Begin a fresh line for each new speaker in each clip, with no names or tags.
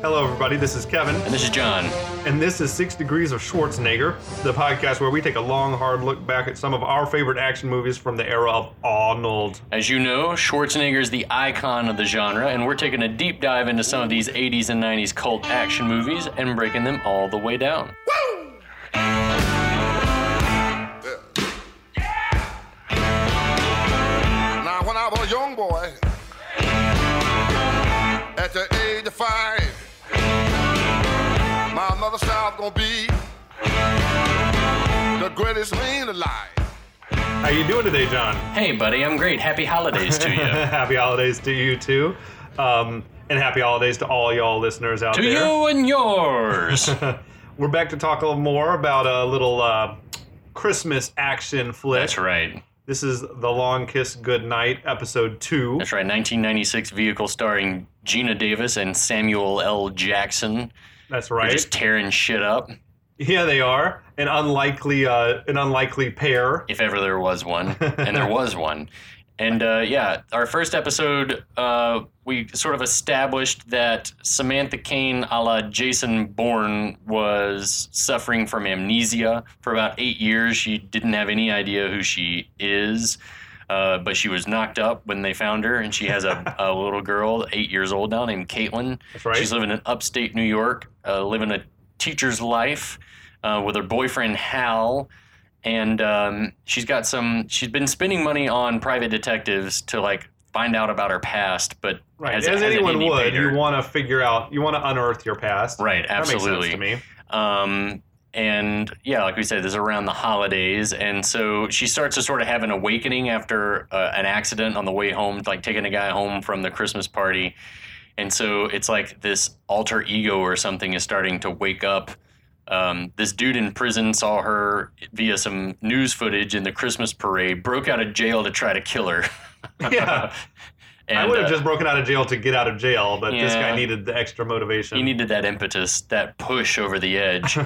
Hello, everybody. This is Kevin,
And this is John.
and this is Six Degrees of Schwarzenegger, the podcast where we take a long, hard look back at some of our favorite action movies from the era of Arnold.
As you know, Schwarzenegger is the icon of the genre, and we're taking a deep dive into some of these 80s and 90s cult action movies and breaking them all the way down.
Now, when I was a young boy, at the age of five, my mother said I was gonna be the greatest man alive.
How you doing today, John?
Hey, buddy, I'm great. Happy holidays to you.
happy holidays to you too, um, and happy holidays to all y'all listeners out
to
there.
you and yours.
We're back to talk a little more about a little uh, Christmas action flick.
That's right.
This is the Long Kiss Goodnight, episode two.
That's right. 1996 vehicle starring Gina Davis and Samuel L. Jackson.
That's
They're
right.
Just tearing shit up,
Yeah, they are an unlikely, uh, an unlikely pair.
if ever there was one. And there was one. And uh, yeah, our first episode, uh, we sort of established that Samantha Kane a la Jason Bourne was suffering from amnesia for about eight years. She didn't have any idea who she is, uh, but she was knocked up when they found her, and she has a, a little girl, eight years old now, named Caitlin.
That's right.
She's living in upstate New York, uh, living a teacher's life uh, with her boyfriend Hal, and um, she's got some. She's been spending money on private detectives to like find out about her past, but
Right, as,
hasn't- hasn't
anyone
any
would,
paid her.
you want to figure out, you want to unearth your past.
right? Absolutely.
That makes sense to me.
Um, and yeah, like we said, this is around the holidays, and so she starts to sort of have an awakening after uh, an accident on the way home, like taking a guy home from the Christmas party, and so it's like this alter ego or something is starting to wake up. Um, this dude in prison saw her via some news footage in the Christmas parade, broke out of jail to try to kill her.
Yeah.
and,
I would have
uh,
just broken out of jail to get out of jail, but this
Yeah.
guy needed the extra motivation.
He needed that impetus, that push over the edge.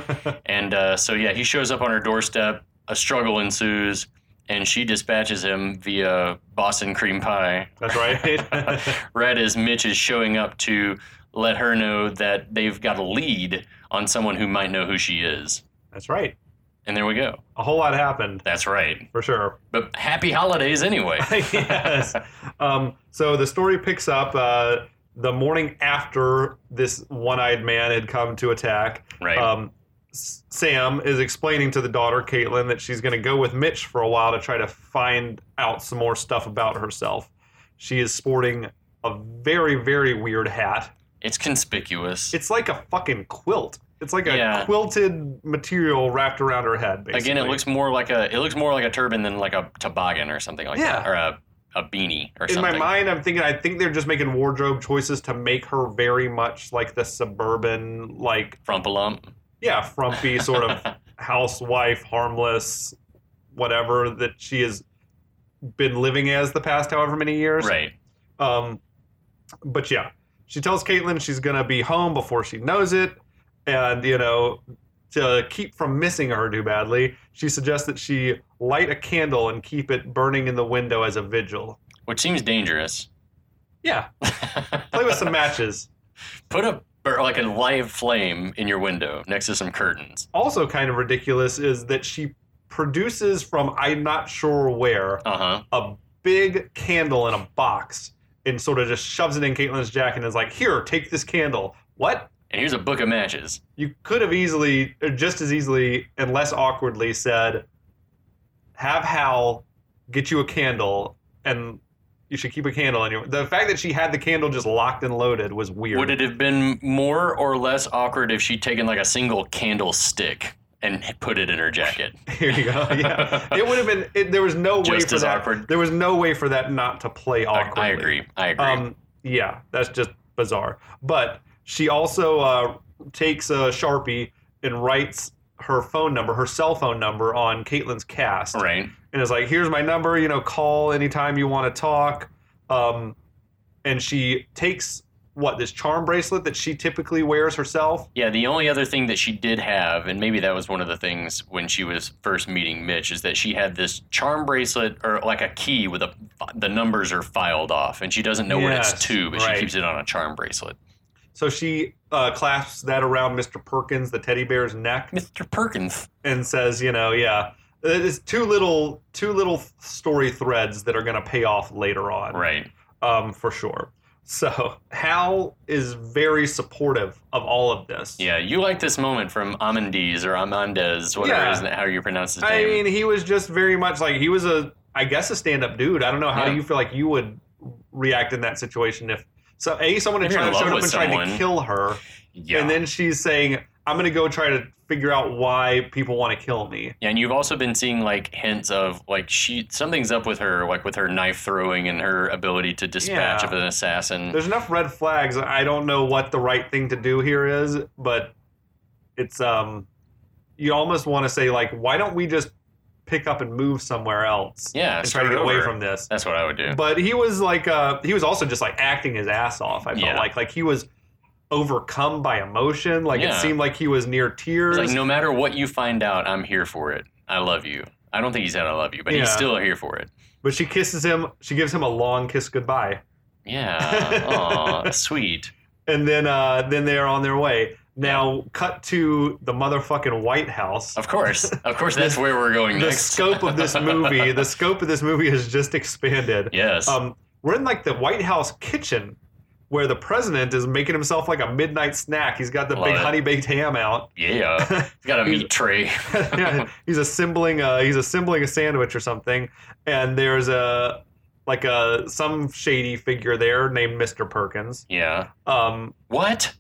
and uh, so, yeah, he shows up on her doorstep. A struggle ensues, and she dispatches him via Boston cream pie.
That's right.
Right as Mitch is showing up to let her know that they've got a lead on someone who might know who she is.
That's right.
And there we go.
A whole lot happened
That's right.
for sure.
But happy holidays anyway.
yes. Um, so the story picks up uh, the morning after this one-eyed man had come to attack.
Right.
Um, S- Sam is explaining to the daughter Caitlin that she's going to go with Mitch for a while to try to find out some more stuff about herself. She is sporting a very very weird hat.
it's conspicuous.
It's like a fucking quilt. It's like a
Yeah.
quilted material wrapped around her head. Basically.
Again, it looks more like a it looks more like a turban than like a toboggan or something like
Yeah.
that, or a, a beanie or
in
something.
my mind, I'm thinking I think they're just making wardrobe choices to make her very much like the suburban, like
Frumpalump.
yeah, frumpy sort of housewife, harmless, whatever that she has been living as the past however many years.
Right.
Um, but yeah, she tells Caitlin she's gonna be home before she knows it, and you know, to keep from missing her too badly, she suggests that she light a candle and keep it burning in the window as a vigil.
Which seems dangerous.
Yeah, play with some matches.
Put a or like a live flame in your window next to some curtains.
Also, kind of ridiculous is that she produces from I'm not sure where
Uh huh.
a big candle in a box and sort of just shoves it in Caitlin's jacket and is like, "Here, take this candle." What?
And here's a book of matches.
you could have easily, or just as easily and less awkwardly said, have Hal get you a candle and you should keep a candle in your. The fact that she had the candle just locked and loaded was weird.
Would it have been more or less awkward if she'd taken like a single candlestick and put it in her jacket?
Here you go. Yeah. it would have been, it, there was no way
Just
for
as
that.
awkward.
There was no way for that not to play
I-
awkwardly.
I agree. I agree.
Um, yeah, that's just bizarre. But she also uh, takes a sharpie and writes her phone number, her cell phone number, on Caitlin's cast.
right.
and is like, "Here's my number. You know, call anytime you want to talk." Um, and she takes what this charm bracelet that she typically wears herself.
Yeah, the only other thing that she did have, and maybe that was one of the things when she was first meeting Mitch, is that she had this charm bracelet or like a key with a the numbers are filed off, and she doesn't know what
Yes,
it's to, but
right.
she keeps it on a charm bracelet.
So she uh, clasps that around Mr. Perkins, the teddy bear's neck,
Mr. Perkins.
and says, "You know, yeah, uh, it's two little two little story threads that are going to pay off later on,
Right.
Um, for sure." So Hal is very supportive of all of this.
Yeah, you like this moment from Amandes or Amandez, whatever
Yeah.
it is that how you pronounce his
I
name.
mean, he was just very much like he was a, I guess, a stand-up dude. I don't know how
Yeah.
you feel like you would react in that situation if so. A someone had
If you're
tried
in love
showed up
with
and tried to
someone.
kill her,
yeah.
and then she's saying, "I'm going to go try to figure out why people want to kill me."
Yeah, and you've also been seeing like hints of like she something's up with her, like with her knife throwing and her ability to dispatch
Yeah.
of an assassin.
There's enough red flags. I don't know what the right thing to do here is, but it's um, you almost want to say like, why don't we just pick up and move somewhere else
yeah,
and try
start
to get away
over.
from this?
That's what I would do.
But he was like, uh, he was also just like acting his ass off. I felt
Yeah.
like like he was overcome by emotion. Like it
Yeah.
seemed like he was near tears.
It's like no matter what you find out, I'm here for it. I love you. I don't think he said I love you, but
Yeah.
he's still here for it.
But she kisses him. She gives him a long kiss goodbye,
Yeah. Aw, sweet.
and then uh, then they are on their way. Now cut to the motherfucking White House.
Of course. Of course that's where we're going
the
next.
scope of this movie the scope of this movie has just expanded
yes.
um, we're in like the white house kitchen where the president is making himself like a midnight snack he's got the
Love
big
it.
honey baked ham out
yeah. He's got a meat tray.
he's assembling a, he's assembling a sandwich or something and there's a like a some shady figure there named mr perkins
Yeah.
um,
What?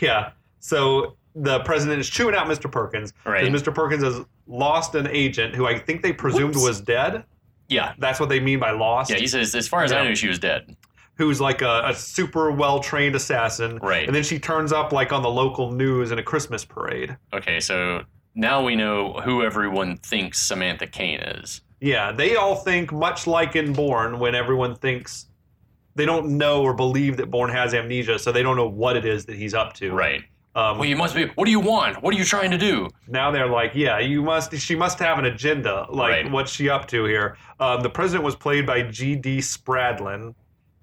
yeah so the president is chewing out mr perkins
Right.
because mr perkins has lost an agent who i think they presumed
Whoops.
was dead
Yeah.
that's what they mean by lost.
Yeah, he says as far as
Yeah.
I knew she was dead.
who's like a, a super well trained assassin.
Right.
And then she turns up like on the local news in a Christmas parade.
Okay, so now we know who everyone thinks Samantha Kane is.
Yeah, they all think much like in Bourne when everyone thinks they don't know or believe that Bourne has amnesia, so they don't know what it is that he's up to.
Right.
Um,
Well, you must be. What do you want? What are you trying to do?
now they're like, yeah, you must. She must have an agenda. Like,
Right.
what's she up to here? Um, the president was played by G.D. Spradlin,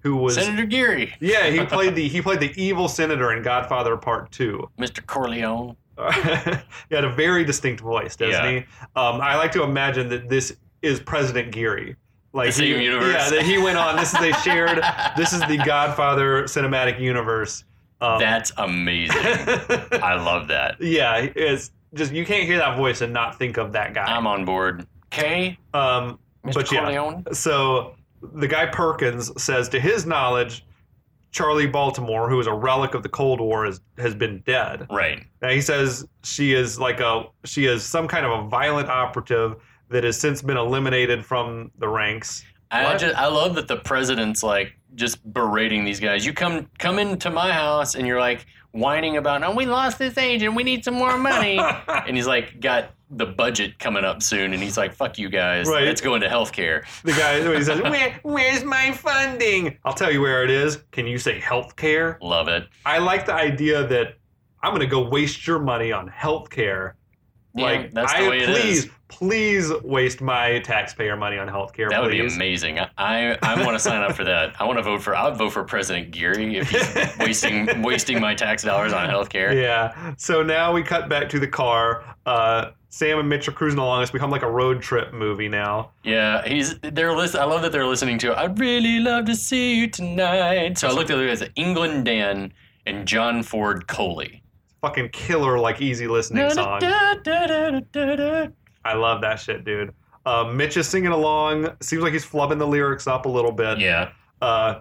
who was.
Senator Geary,
yeah, he played the he played the evil senator in Godfather Part Two.
Mr. Corleone.
he had a very distinct voice, doesn't
Yeah.
he? Um, I like to imagine that this is President Geary. Like
The same
he,
universe.
Yeah, that he went on. This is a shared. this is the Godfather cinematic universe. Um,
That's amazing. I love that.
yeah, it's just you can't hear that voice and not think of that guy.
I'm on board. Kay,
Um,
Mr.
But yeah.
Corleone.
so the guy Perkins says, to his knowledge, Charlie Baltimore, who is a relic of the Cold War, is, has been dead.
Right.
Now he says she is like a she is some kind of a violent operative that has since been eliminated from the ranks.
I
What?
just I love that the president's like just berating these guys. You come come into my house and you're like whining about, oh, we lost this agent. We need some more money.
the
and he's like got the budget coming up soon, and he's like, "Fuck you guys,
Right.
it's going to healthcare."
guy he says, Where, "Where's my funding?" I'll tell you where it is. Can you say healthcare?
Love it.
I like the idea that I'm going to go waste your money on healthcare.
Yeah,
like
that's the
I
way it
please,
is.
please waste my taxpayer money on healthcare.
That would be
please.
amazing. I I, I want to sign up for that. I want to vote for. I'd vote for President Geary if he's wasting wasting my tax dollars on healthcare.
Yeah. So now we cut back to the car. Uh, Sam and Mitch are cruising along. It's become like a road trip movie now.
Yeah, he's they're listen. I love that they're listening to. I'd really love to see you tonight. So I looked at it as England Dan and John Ford Coley.
Fucking killer, like easy listening song.
Da-da-da-da-da-da-da.
I love that shit, dude. Uh, Mitch is singing along. Seems like he's flubbing the lyrics up a little bit.
Yeah,
Uh,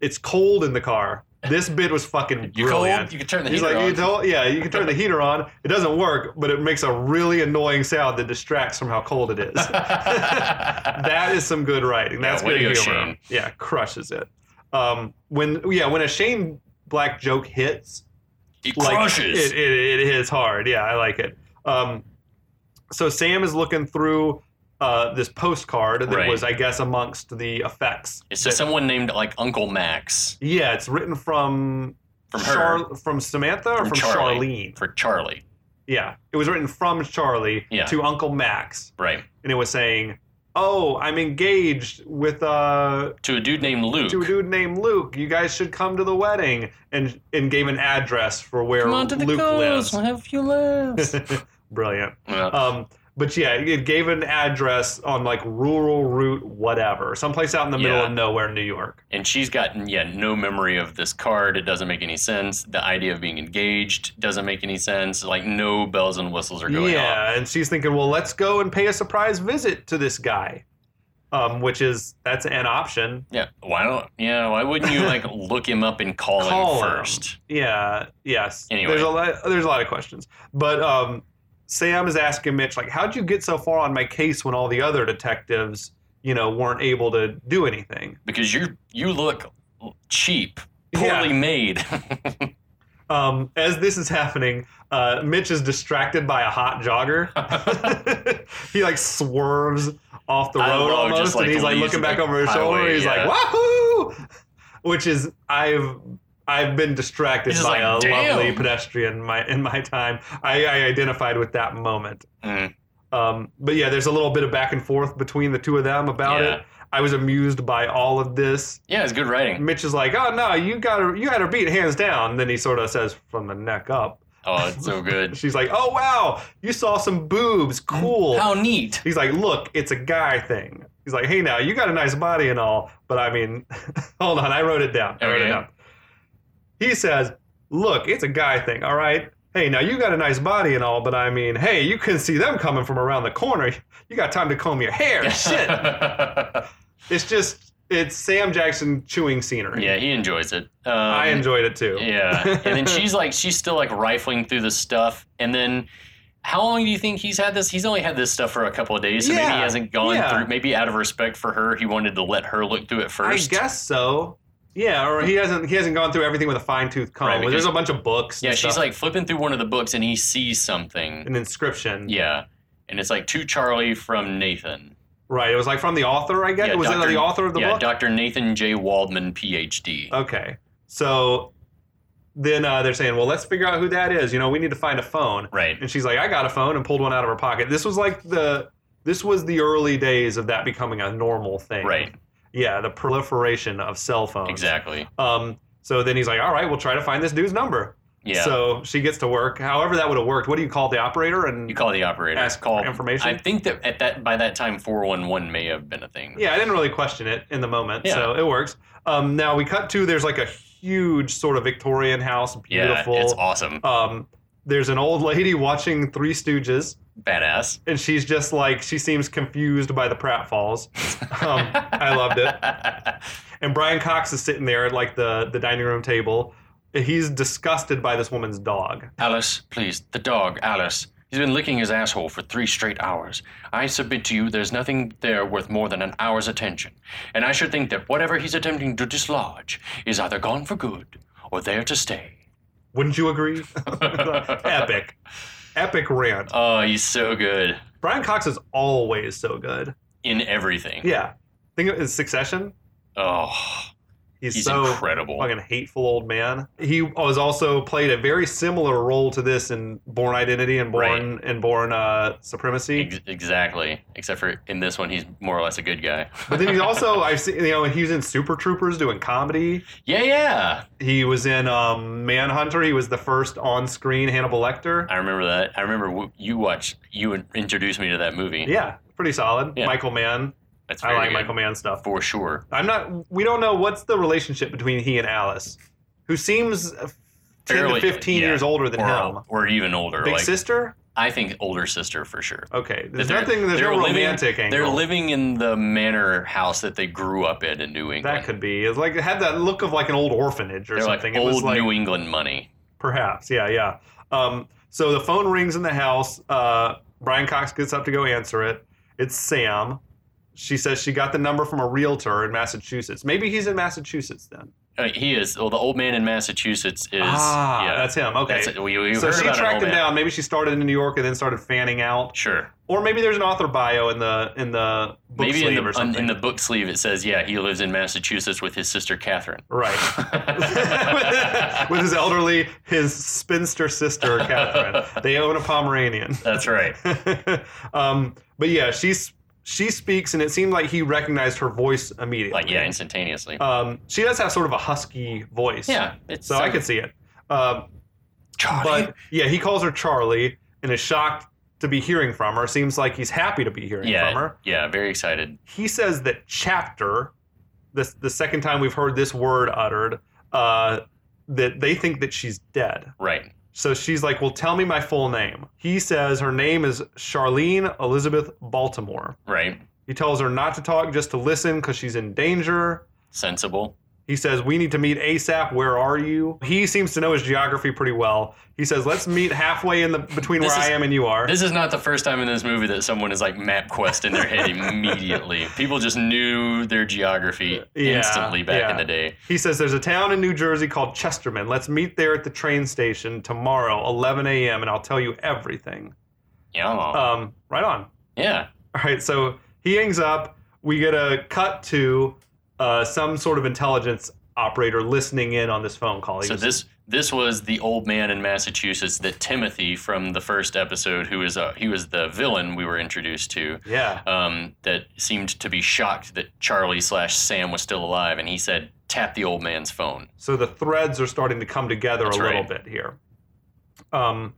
it's cold in the car. This bit was fucking
you cold?
brilliant.
You can turn the
He's
heater
like,
on.
you don't, yeah, you can turn the heater on. It doesn't work, but it makes a really annoying sound that distracts from how cold it is. that is some good writing.
Yeah,
That's
way
good
to
humor.
go, Shane.
Yeah, crushes it. Um, when yeah, when a Shane Black joke hits,
he
like,
crushes.
It, it, it hits hard. Yeah, I like it. Um, so Sam is looking through uh, this postcard that
Right.
was, I guess, amongst the effects.
It's just
that-
someone named like Uncle Max
yeah, it's written from
From her.
from Samantha or
From
from,
Charlie.
Charlene.
for Charlie,
Yeah, it was written from Charlie
Yeah.
to Uncle Max,
right?
and it was saying, "Oh, I'm engaged with uh,
To a dude named Luke.
to a dude named Luke. You guys should come to the wedding." And and gave an address for where
Come on to the
Luke lives.
coast. We'll have a few laughs.
Brilliant.
Yeah.
Um, but yeah, it gave an address on like rural route, whatever, someplace out in the middle
Yeah.
of nowhere, New York.
and she's gotten yeah no memory of this card it doesn't make any sense the idea of being engaged doesn't make any sense like no bells and whistles are going off
Yeah, and she's thinking, well, let's go and pay a surprise visit to this guy, um, which is that's an option.
yeah why don't yeah why wouldn't you like look him up and call,
Call
him
him.
first
Yeah, yes.
Anyway.
There's a lot there's a lot of questions. But um Sam is asking Mitch, like, how'd you get so far on my case when all the other detectives, you know, weren't able to do anything?
because you you look cheap poorly
Yeah.
made
Um, as this is happening, uh, Mitch is distracted by a hot jogger. he like swerves off the
I
road
love
almost,
just, like,
and he's like
leaves
looking
the
back over his
highway,
shoulder. He's
yeah.
like, "Wahoo!" Which is I've I've been distracted
He's just
by
like,
a
"Damn."
lovely pedestrian in my in my time. I, I identified with that moment.
Mm,
Um, but yeah, there's a little bit of back and forth between the two of them about
Yeah.
it. I was amused by all of this.
yeah it's good writing
Mitch is like, "Oh no, you got her, you had her beat hands down." Then he sort of says, "From the neck up."
oh it's so good
She's like, "Oh wow, you saw some boobs, cool."
how neat
He's like, "Look, it's a guy thing." He's like, "Hey now, you got a nice body and all, but I mean, hold on, I wrote it down. I wrote
Okay.
it down." He says, "Look, it's a guy thing, all right." Hey, now you got a nice body and all, but I mean, hey, you couldn't see them coming from around the corner. You got time to comb your hair. Shit. it's just, it's Sam Jackson chewing scenery.
yeah he enjoys it um,
I enjoyed it too.
Yeah. And then she's like, she's still like rifling through the stuff. And then how long do you think he's had this? He's only had this stuff for a couple of days. So maybe he
Yeah,
hasn't gone
yeah.
through, maybe out of respect for her, he wanted to let her look through it first.
I guess so. Yeah, or he hasn't he hasn't gone through everything with a fine tooth comb.
Right, because-
There's a bunch of books. and
Yeah. She's
stuff,
like flipping through one of the books and he sees something.
an inscription.
Yeah. And it's like to Charlie from Nathan.
Right. It was like from the author, I guess.
Yeah,
was
Dr.
it the author of the
yeah.
book? Oh.
Dr. Nathan J. Waldman, PhD.
okay. So then uh, they're saying, well, let's figure out who that is. You know, we need to find a phone.
right.
And she's like, I got a phone, and pulled one out of her pocket. This was like the this was the early days of that becoming a normal thing.
Right.
Yeah, the proliferation of cell phones.
Exactly.
Um. So then he's like, all right, we'll try to find this dude's number.
Yeah.
So she gets to work. However, that would have worked. What do you call the operator? And
you call the operator.
ask
call
for information?
I think that at that by that time, four one one may have been a thing.
yeah, I didn't really question it in the moment,
Yeah.
so it works. Um, now we cut to there's like a huge sort of Victorian house, beautiful.
Yeah, it's awesome.
um, there's an old lady watching Three Stooges,
Badass.
and she's just like she seems confused by the pratfalls. Um, I loved it. And Brian Cox is sitting there at like the the dining room table. He's disgusted by this woman's dog.
Alice, please, the dog, Alice. He's been licking his asshole for three straight hours. I submit to you there's nothing there worth more than an hour's attention. And I should think that whatever he's attempting to dislodge is either gone for good or there to stay.
Wouldn't you agree? Epic. Epic rant.
Oh, he's so good
Brian Cox is always so good.
in everything.
Yeah. Think of his succession.
Oh,
He's,
he's
so
incredible.
fucking hateful old man. He was also played a very similar role to this in Born Identity and Born and Born uh, Supremacy.
Ex- exactly. Except for in this one, he's more or less a good guy.
But then he's also I've seen you know he was in Super Troopers doing comedy.
yeah, yeah.
He was in um, Manhunter. He was the first on-screen Hannibal Lecter.
I remember that. I remember w- you watched, you in- introduced me to that movie.
Yeah, pretty solid.
Yeah.
Michael Mann.
That's
I
very
like
good.
Michael Mann stuff.
for sure.
I'm not. We don't know what's the relationship between he and Alice, who seems uh, ten
Fairly-
to fifteen
yeah.
years older than
or,
him.
or even older.
Big
like
sister.
I think older sister for sure.
Okay. There's
they're-
nothing. There's
they're
no
living-
romantic angle.
They're living in the manor house that they grew up in in New England.
That could be. It's like it had that look of like an old orphanage or
they're
something.
like
it
old
was like
New E- England money.
perhaps. Yeah, yeah. Um, so the phone rings in the house. Uh, Brian Cox gets up to go answer it. It's Sam. She says she got the number from a realtor in Massachusetts. Maybe he's in Massachusetts then.
uh, he is. Well, the old man in Massachusetts is.
ah,
yeah,
that's him. Okay.
That's it. Well, you, you
so
heard
she
about an
tracked
old
him
man.
down. Maybe she started in New York and then started fanning out,
Sure.
or maybe there's an author bio in the in the book
Maybe in
sleeve
the,
or
on-
something.
in the book sleeve it says, yeah, he lives in Massachusetts with his sister Catherine.
right. with his elderly, his spinster sister Catherine. They own a Pomeranian.
That's right.
um, but yeah, she's she speaks, and it seemed like he recognized her voice immediately.
Like yeah, instantaneously.
Um, she does have sort of a husky voice.
yeah, it's
So I could see it. Um,
Charlie.
but yeah, he calls her Charlie and is shocked to be hearing from her. Seems like he's happy to be hearing
yeah,
from her.
yeah, very excited.
He says that chapter, this the second time we've heard this word uttered, uh, that they think that she's dead.
Right.
So she's like, Well, tell me my full name. He says her name is Charlene Elizabeth Baltimore.
Right.
He tells her not to talk, just to listen because she's in danger.
Sensible.
He says, We need to meet ASAP. Where are you? He seems to know his geography pretty well. He says, Let's meet halfway in the between
This
where
is-
I am and you are.
This is not the first time in this movie that someone is like map quest in their head immediately. People just knew their geography
Yeah,
instantly back
yeah.
in the day.
He says, There's a town in New Jersey called Chesterman. Let's meet there at the train station tomorrow, 11 a.m., and I'll tell you everything.
Yeah.
Um, right on.
yeah.
All right, so he hangs up. We get a cut to uh, some sort of intelligence operator listening in on this phone call. He
So
was-
this this was the old man in Massachusetts that Timothy from the first episode, who is uh, he was the villain we were introduced to,
yeah,
um, that seemed to be shocked that Charlie slash Sam was still alive, and he said, "Tap the old man's phone."
so the threads are starting to come together
That's
a little
right.
bit here. Um,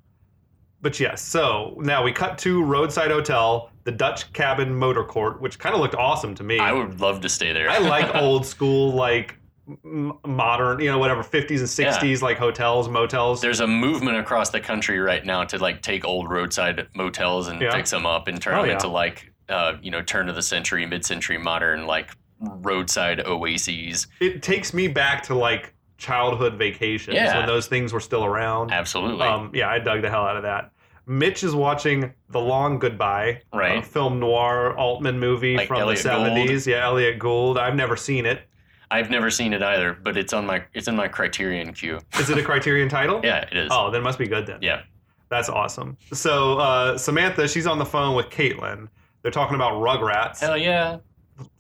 but yeah, so now we cut to roadside hotel, the Dutch cabin motor court, which kind of looked awesome to me.
I would love to stay there.
I like old school, like m- modern, you know, whatever fifties and sixties, like hotels, motels.
There's a movement across the country right now to like take old roadside motels and
Yeah.
fix them up and turn
Oh,
them
yeah.
into like uh, you know turn of the century, mid century modern like roadside oases.
it takes me back to like childhood vacations
Yeah.
when those things were still around.
Absolutely
Um, yeah, I dug the hell out of that. Mitch is watching The Long Goodbye,
Right.
a film noir Altman movie
Like
from
Elliot
the
Gould.
70s. Yeah, Elliot Gould. I've never seen it.
I've never seen it either, but it's on my it's in my Criterion queue.
Is it a Criterion title?
Yeah, it is.
Oh, then it must be good then.
Yeah.
That's awesome. So uh, Samantha, she's on the phone with Caitlin. They're talking about Rugrats
Hell yeah.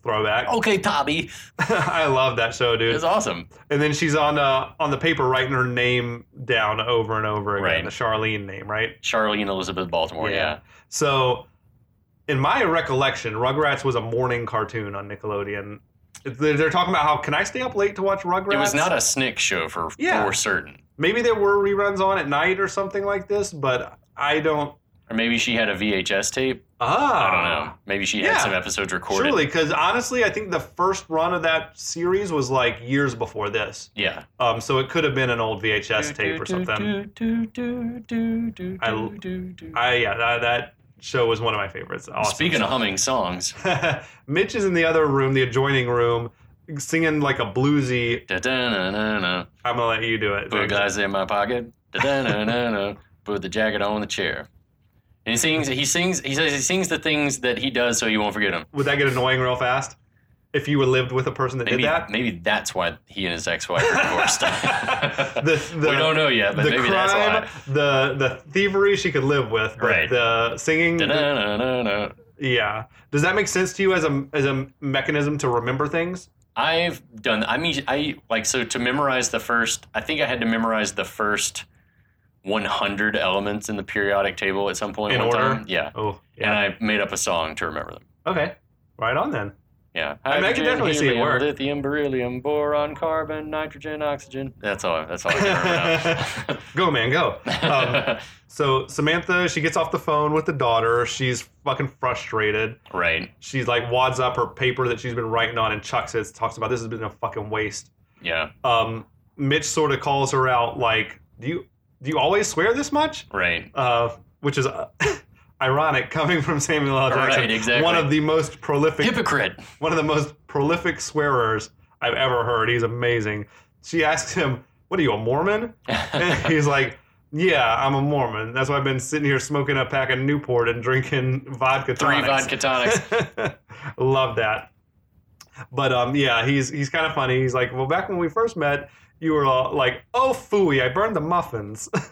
throwback.
Okay, Tobby.
I love that show, dude.
It's awesome.
And then she's on uh, on the paper writing her name down over and over again,
Right.
the Charlene name, right?
Charlie and Elizabeth Baltimore,
Yeah.
yeah.
So, in my recollection, Rugrats was a morning cartoon on Nickelodeon. They're, they're talking about how can I stay up late to watch Rugrats?
It was not a Snick show for
Yeah.
for certain.
Maybe there were reruns on at night or something like this, but I don't.
Or maybe she had a VHS tape.
Ah,
I don't know. Maybe she had
Yeah.
some episodes recorded.
Surely, because honestly, I think the first run of that series was like years before this.
Yeah.
Um, so it could have been an old VHS tape or something. I- I yeah, that, that show was one of my favorites. Awesome
Speaking
show.
of humming songs.
Mitch is in the other room, the adjoining room, singing like a bluesy.
Da-da-na-na-na.
I'm gonna let you do it.
Put
Because-
glasses in my pocket. Da-da-na-na-na. Put the jacket on the chair. And he sings he sings he says he sings the things that he does so you won't forget him.
Would that get annoying real fast if you were lived with a person that
Maybe
did that?
maybe that's why he and his ex-wife are divorced.
The- the-
we don't know yet, but
the
maybe that's
crime,
why.
the the thievery she could live with, but
Right.
the singing,
Da-da-na-na-na.
yeah. Does that make sense to you as a as a mechanism to remember things?
I've done. I mean, I like so to memorize the first. I think I had to memorize the first 100 elements in the periodic table at some point.
In
one
order?
time. Yeah.
Oh,
and
yeah.
I made up a song to remember them.
okay, right on then.
Yeah,
I mean, I can definitely see it
helium,
work.
Lithium, beryllium, boron, carbon, nitrogen, oxygen. That's all. That's all I can
Go man, go.
remember.
Um,
now.
so Samantha, she gets off the phone with the daughter. She's fucking frustrated.
right.
she's like wads up her paper that she's been writing on and chucks it. Talks about this has been a fucking waste.
Yeah.
Um, Mitch sort of calls her out like, "Do you do you always swear this much?"
Right.
Uh, which is uh, ironic coming from Samuel L. Jackson,
Right, exactly.
one of the most prolific,
Hypocrite.
one of the most prolific swearers I've ever heard. He's amazing. She asks him, "What are you, a Mormon?" And he's like. Yeah, I'm a Mormon. That's why I've been sitting here smoking a pack of Newport and drinking vodka
Three
tonics."
vodka tonics.
Love that. But um, yeah, he's he's kind of funny. He's like, well, back when we first met, you were all like, oh, fooey, I burned the muffins,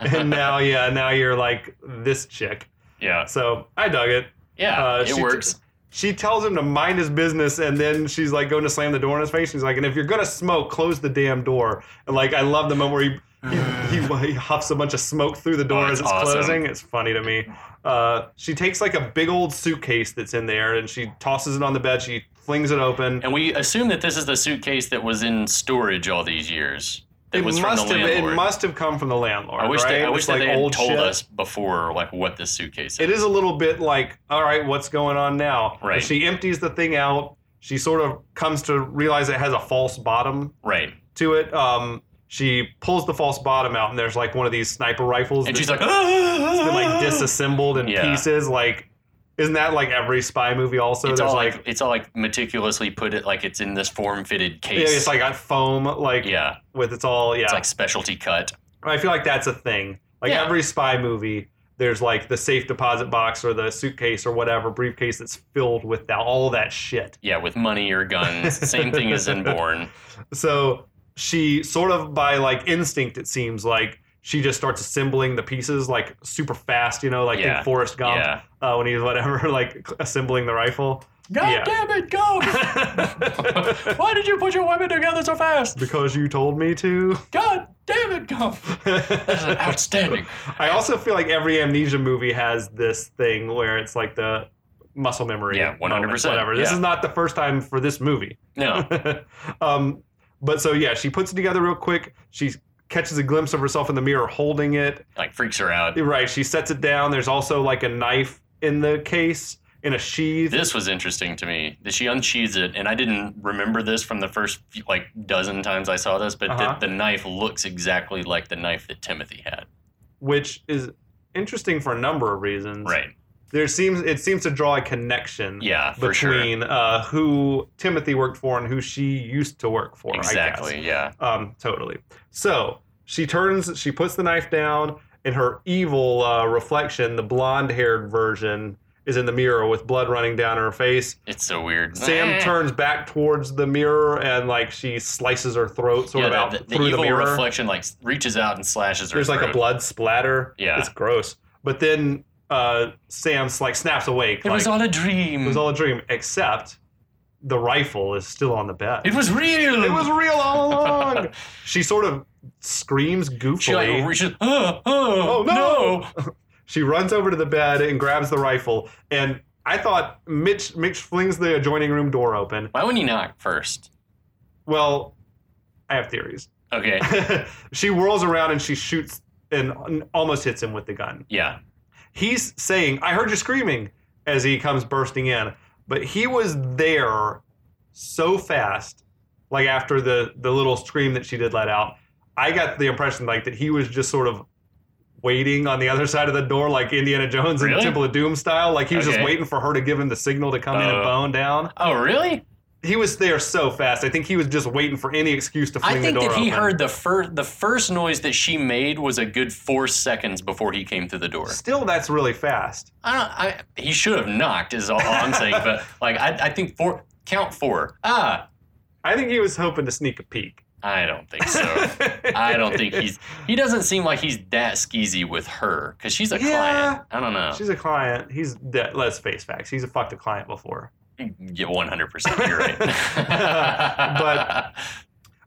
and now yeah, now you're like this chick.
yeah,
So I dug it.
yeah,
Uh, she
it
t-
works.
She tells him to mind his business, and then she's like going to slam the door in his face. She's like, and if you're gonna smoke, close the damn door. And like, I love the moment where he. He, he, he huffs a bunch of smoke through the door
Oh,
as
it's
it's
awesome.
closing. It's funny to me. Uh, she takes like a big old suitcase that's in there and she tosses it on the bed. She flings it open.
and we assume that this is the suitcase that was in storage all these years. That was from the
must have
landlord.
it must have come from the landlord.
I wish
right?
they, I
It's,
wish that
like,
they had
old
told
shit.
us before, like what this suitcase
It
is.
is a little bit like, all right, what's going on now?
Right.
She empties the thing out. She sort of comes to realize it has a false bottom
Right,
to it. Um, she pulls the false bottom out, and there's like one of these sniper rifles
and
that's
she's like, ah!
been like disassembled in
Yeah.
pieces. Like, isn't that like every spy movie? Also,
it's
there's
all
like,
like, it's all like meticulously put it like it's in this form fitted
yeah,
case.
it's like got foam, like
yeah,
with it's all yeah,
it's like specialty cut.
I feel like that's a thing. Like
Yeah.
every spy movie, there's like the safe deposit box or the suitcase or whatever briefcase that's filled with that, all that shit.
Yeah, with money or guns. Same thing as in Born.
So she sort of by like instinct, it seems like she just starts assembling the pieces like super fast, you know, like
Yeah.
in Forrest Gump
Yeah.
uh, when he's whatever, like assembling the rifle.
God
Yeah.
damn it, go! Why did you put your women together so fast?
because you told me to.
God damn it, go! That's outstanding.
I also feel like every amnesia movie has this thing where it's like the muscle memory.
Yeah, 100%,
moment, Whatever. This
yeah.
is not the first time for this movie.
No.
um, but so yeah, she puts it together real quick. She catches a glimpse of herself in the mirror holding it.
Like freaks her out.
Right. She sets it down. There's also like a knife in the case in a sheath.
This was interesting to me that she unsheathes it, and I didn't remember this from the first few- like dozen times I saw this, but
Uh-huh.
that the knife looks exactly like the knife that Timothy had.
which is interesting for a number of reasons.
Right.
There seems it seems to draw a connection.
Yeah, for sure.
between uh, who Timothy worked for and who she used to work for. I
Exactly. Yeah.
guess. Um, totally. So she turns, she puts the knife down, and her evil uh, reflection, the blonde-haired version, is in the mirror with blood running down her face.
It's so weird.
Sam turns back towards the mirror and like she slices her throat sort
yeah,
of
the-
out
the, the
through the
evil
mirror.
reflection like reaches out and slashes her.
There's like a
throat.
blood splatter.
Yeah.
it's gross. But then uh, Sam's like snaps awake.
It was
like,
all a dream.
it was all a dream, except the rifle is still on the bed.
It was real.
It was real all along. she sort of screams goofily.
She like reaches. Oh, oh,
Oh, no." She runs over to the bed and grabs the rifle. And I thought Mitch Mitch flings the adjoining room door open.
Why wouldn't you knock first?
Well, I have theories.
Okay.
she whirls around and she shoots and almost hits him with the gun.
Yeah.
He's saying, "I heard you screaming" as he comes bursting in, but he was there so fast. Like after the the little scream that she did let out, I got the impression like that he was just sort of waiting on the other side of the door, like Indiana Jones in
Really?
the Temple of Doom style. Like he was
Okay.
just waiting for her to give him the signal to come in and
Oh.
bone down.
Oh really?
He was there so fast. I think he was just waiting for any excuse to fling
I think
the door
that he
open.
heard the first the first noise that she made was a good four seconds before he came through the door.
Still, that's really fast.
I don't. I, he should have knocked. Is all I'm saying. But like, I, I think four count four. Ah,
I think he was hoping to sneak a peek.
I don't think so. I don't think he's. He doesn't seem like he's that skeezy with her because she's a
Yeah.
client. I don't know.
She's a client. He's de- let's face facts. He's a fucked a client before.
Yeah, 100. percent You're right.
But-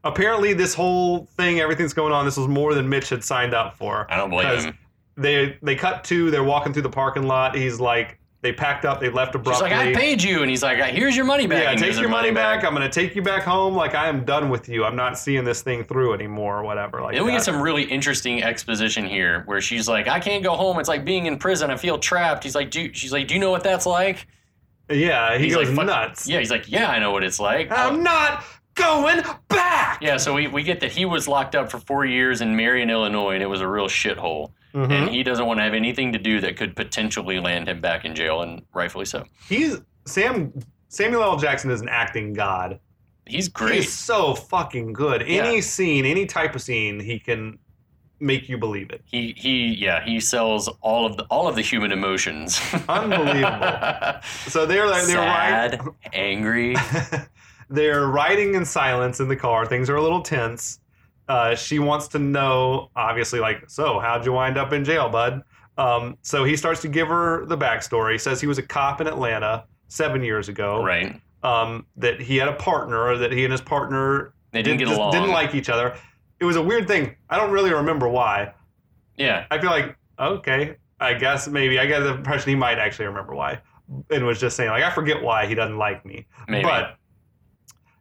Apparently, this whole thing, everything's going on. This was more than Mitch had signed up for.
I don't believe
'Cause
him.
They they cut to. They're walking through the parking lot. He's like, they packed up. They left
She's
abruptly.
like, I paid you, and he's like, here's your money back.
yeah,
and
take
gives her
your money back. I'm gonna take you back home. Like I am done with you. I'm not seeing this thing through anymore, or whatever. Like
Then we
that.
get some really interesting exposition here, where she's like, "I can't go home. It's like being in prison. I feel trapped." He's like, "Do you, she's like, do you know what that's like?"
yeah, he
He's
goes
like, fuck-
nuts.
Yeah, he's like, "Yeah, I know what it's like."
I'm not going back.
yeah, so we, we get that he was locked up for four years in Marion, Illinois, and it was a real shithole.
Mhm.
And he doesn't want to have anything to do that could potentially land him back in jail, and rightfully so.
He's Sam Samuel L. Jackson is an acting god.
He's great.
He's so fucking good. Any
Yeah.
scene, any type of scene, he can make you believe it.
He he yeah, he sells all of the all of the human emotions.
Unbelievable. So they're like they're
Sad, angry,
right. They're riding in silence in the car. Things are a little tense. Uh, she wants to know, obviously, like, so how'd you wind up in jail, bud? Um, so he starts to give her the backstory. Says he was a cop in Atlanta seven years ago.
Right.
Um, that he had a partner, or that he and his partner
They didn't
did-
get
just
along.
didn't like each other. It was a weird thing. I don't really remember why.
Yeah.
I feel like okay, I guess maybe I got the impression he might actually remember why, and was just saying like I forget why he doesn't like me.
Maybe.
But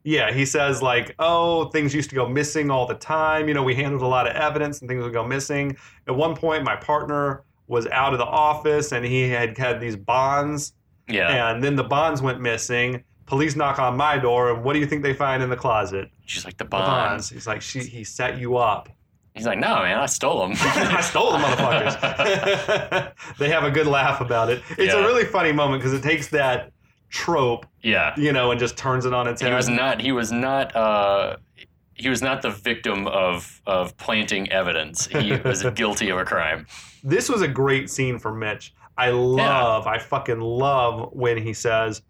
yeah, he says like, oh, things used to go missing all the time. You know, we handled a lot of evidence and things would go missing. At one point, my partner was out of the office and he had had these bonds,
yeah.
and then the bonds went missing. Police knock on my door, and what do you think they find in the closet?
She's like the
The
bonds.
He's like, she, he set you up.
He's like, no, man, I stole them.
I stole the motherfuckers. they have a good laugh about it. It's a
Yeah.
really funny moment because it takes that trope,
yeah.
you know, and just turns it on its
He
head.
was not. He was not. Uh, he was not the victim of of planting evidence. He was guilty of a crime.
this was a great scene for Mitch. I love, I fucking love when he says,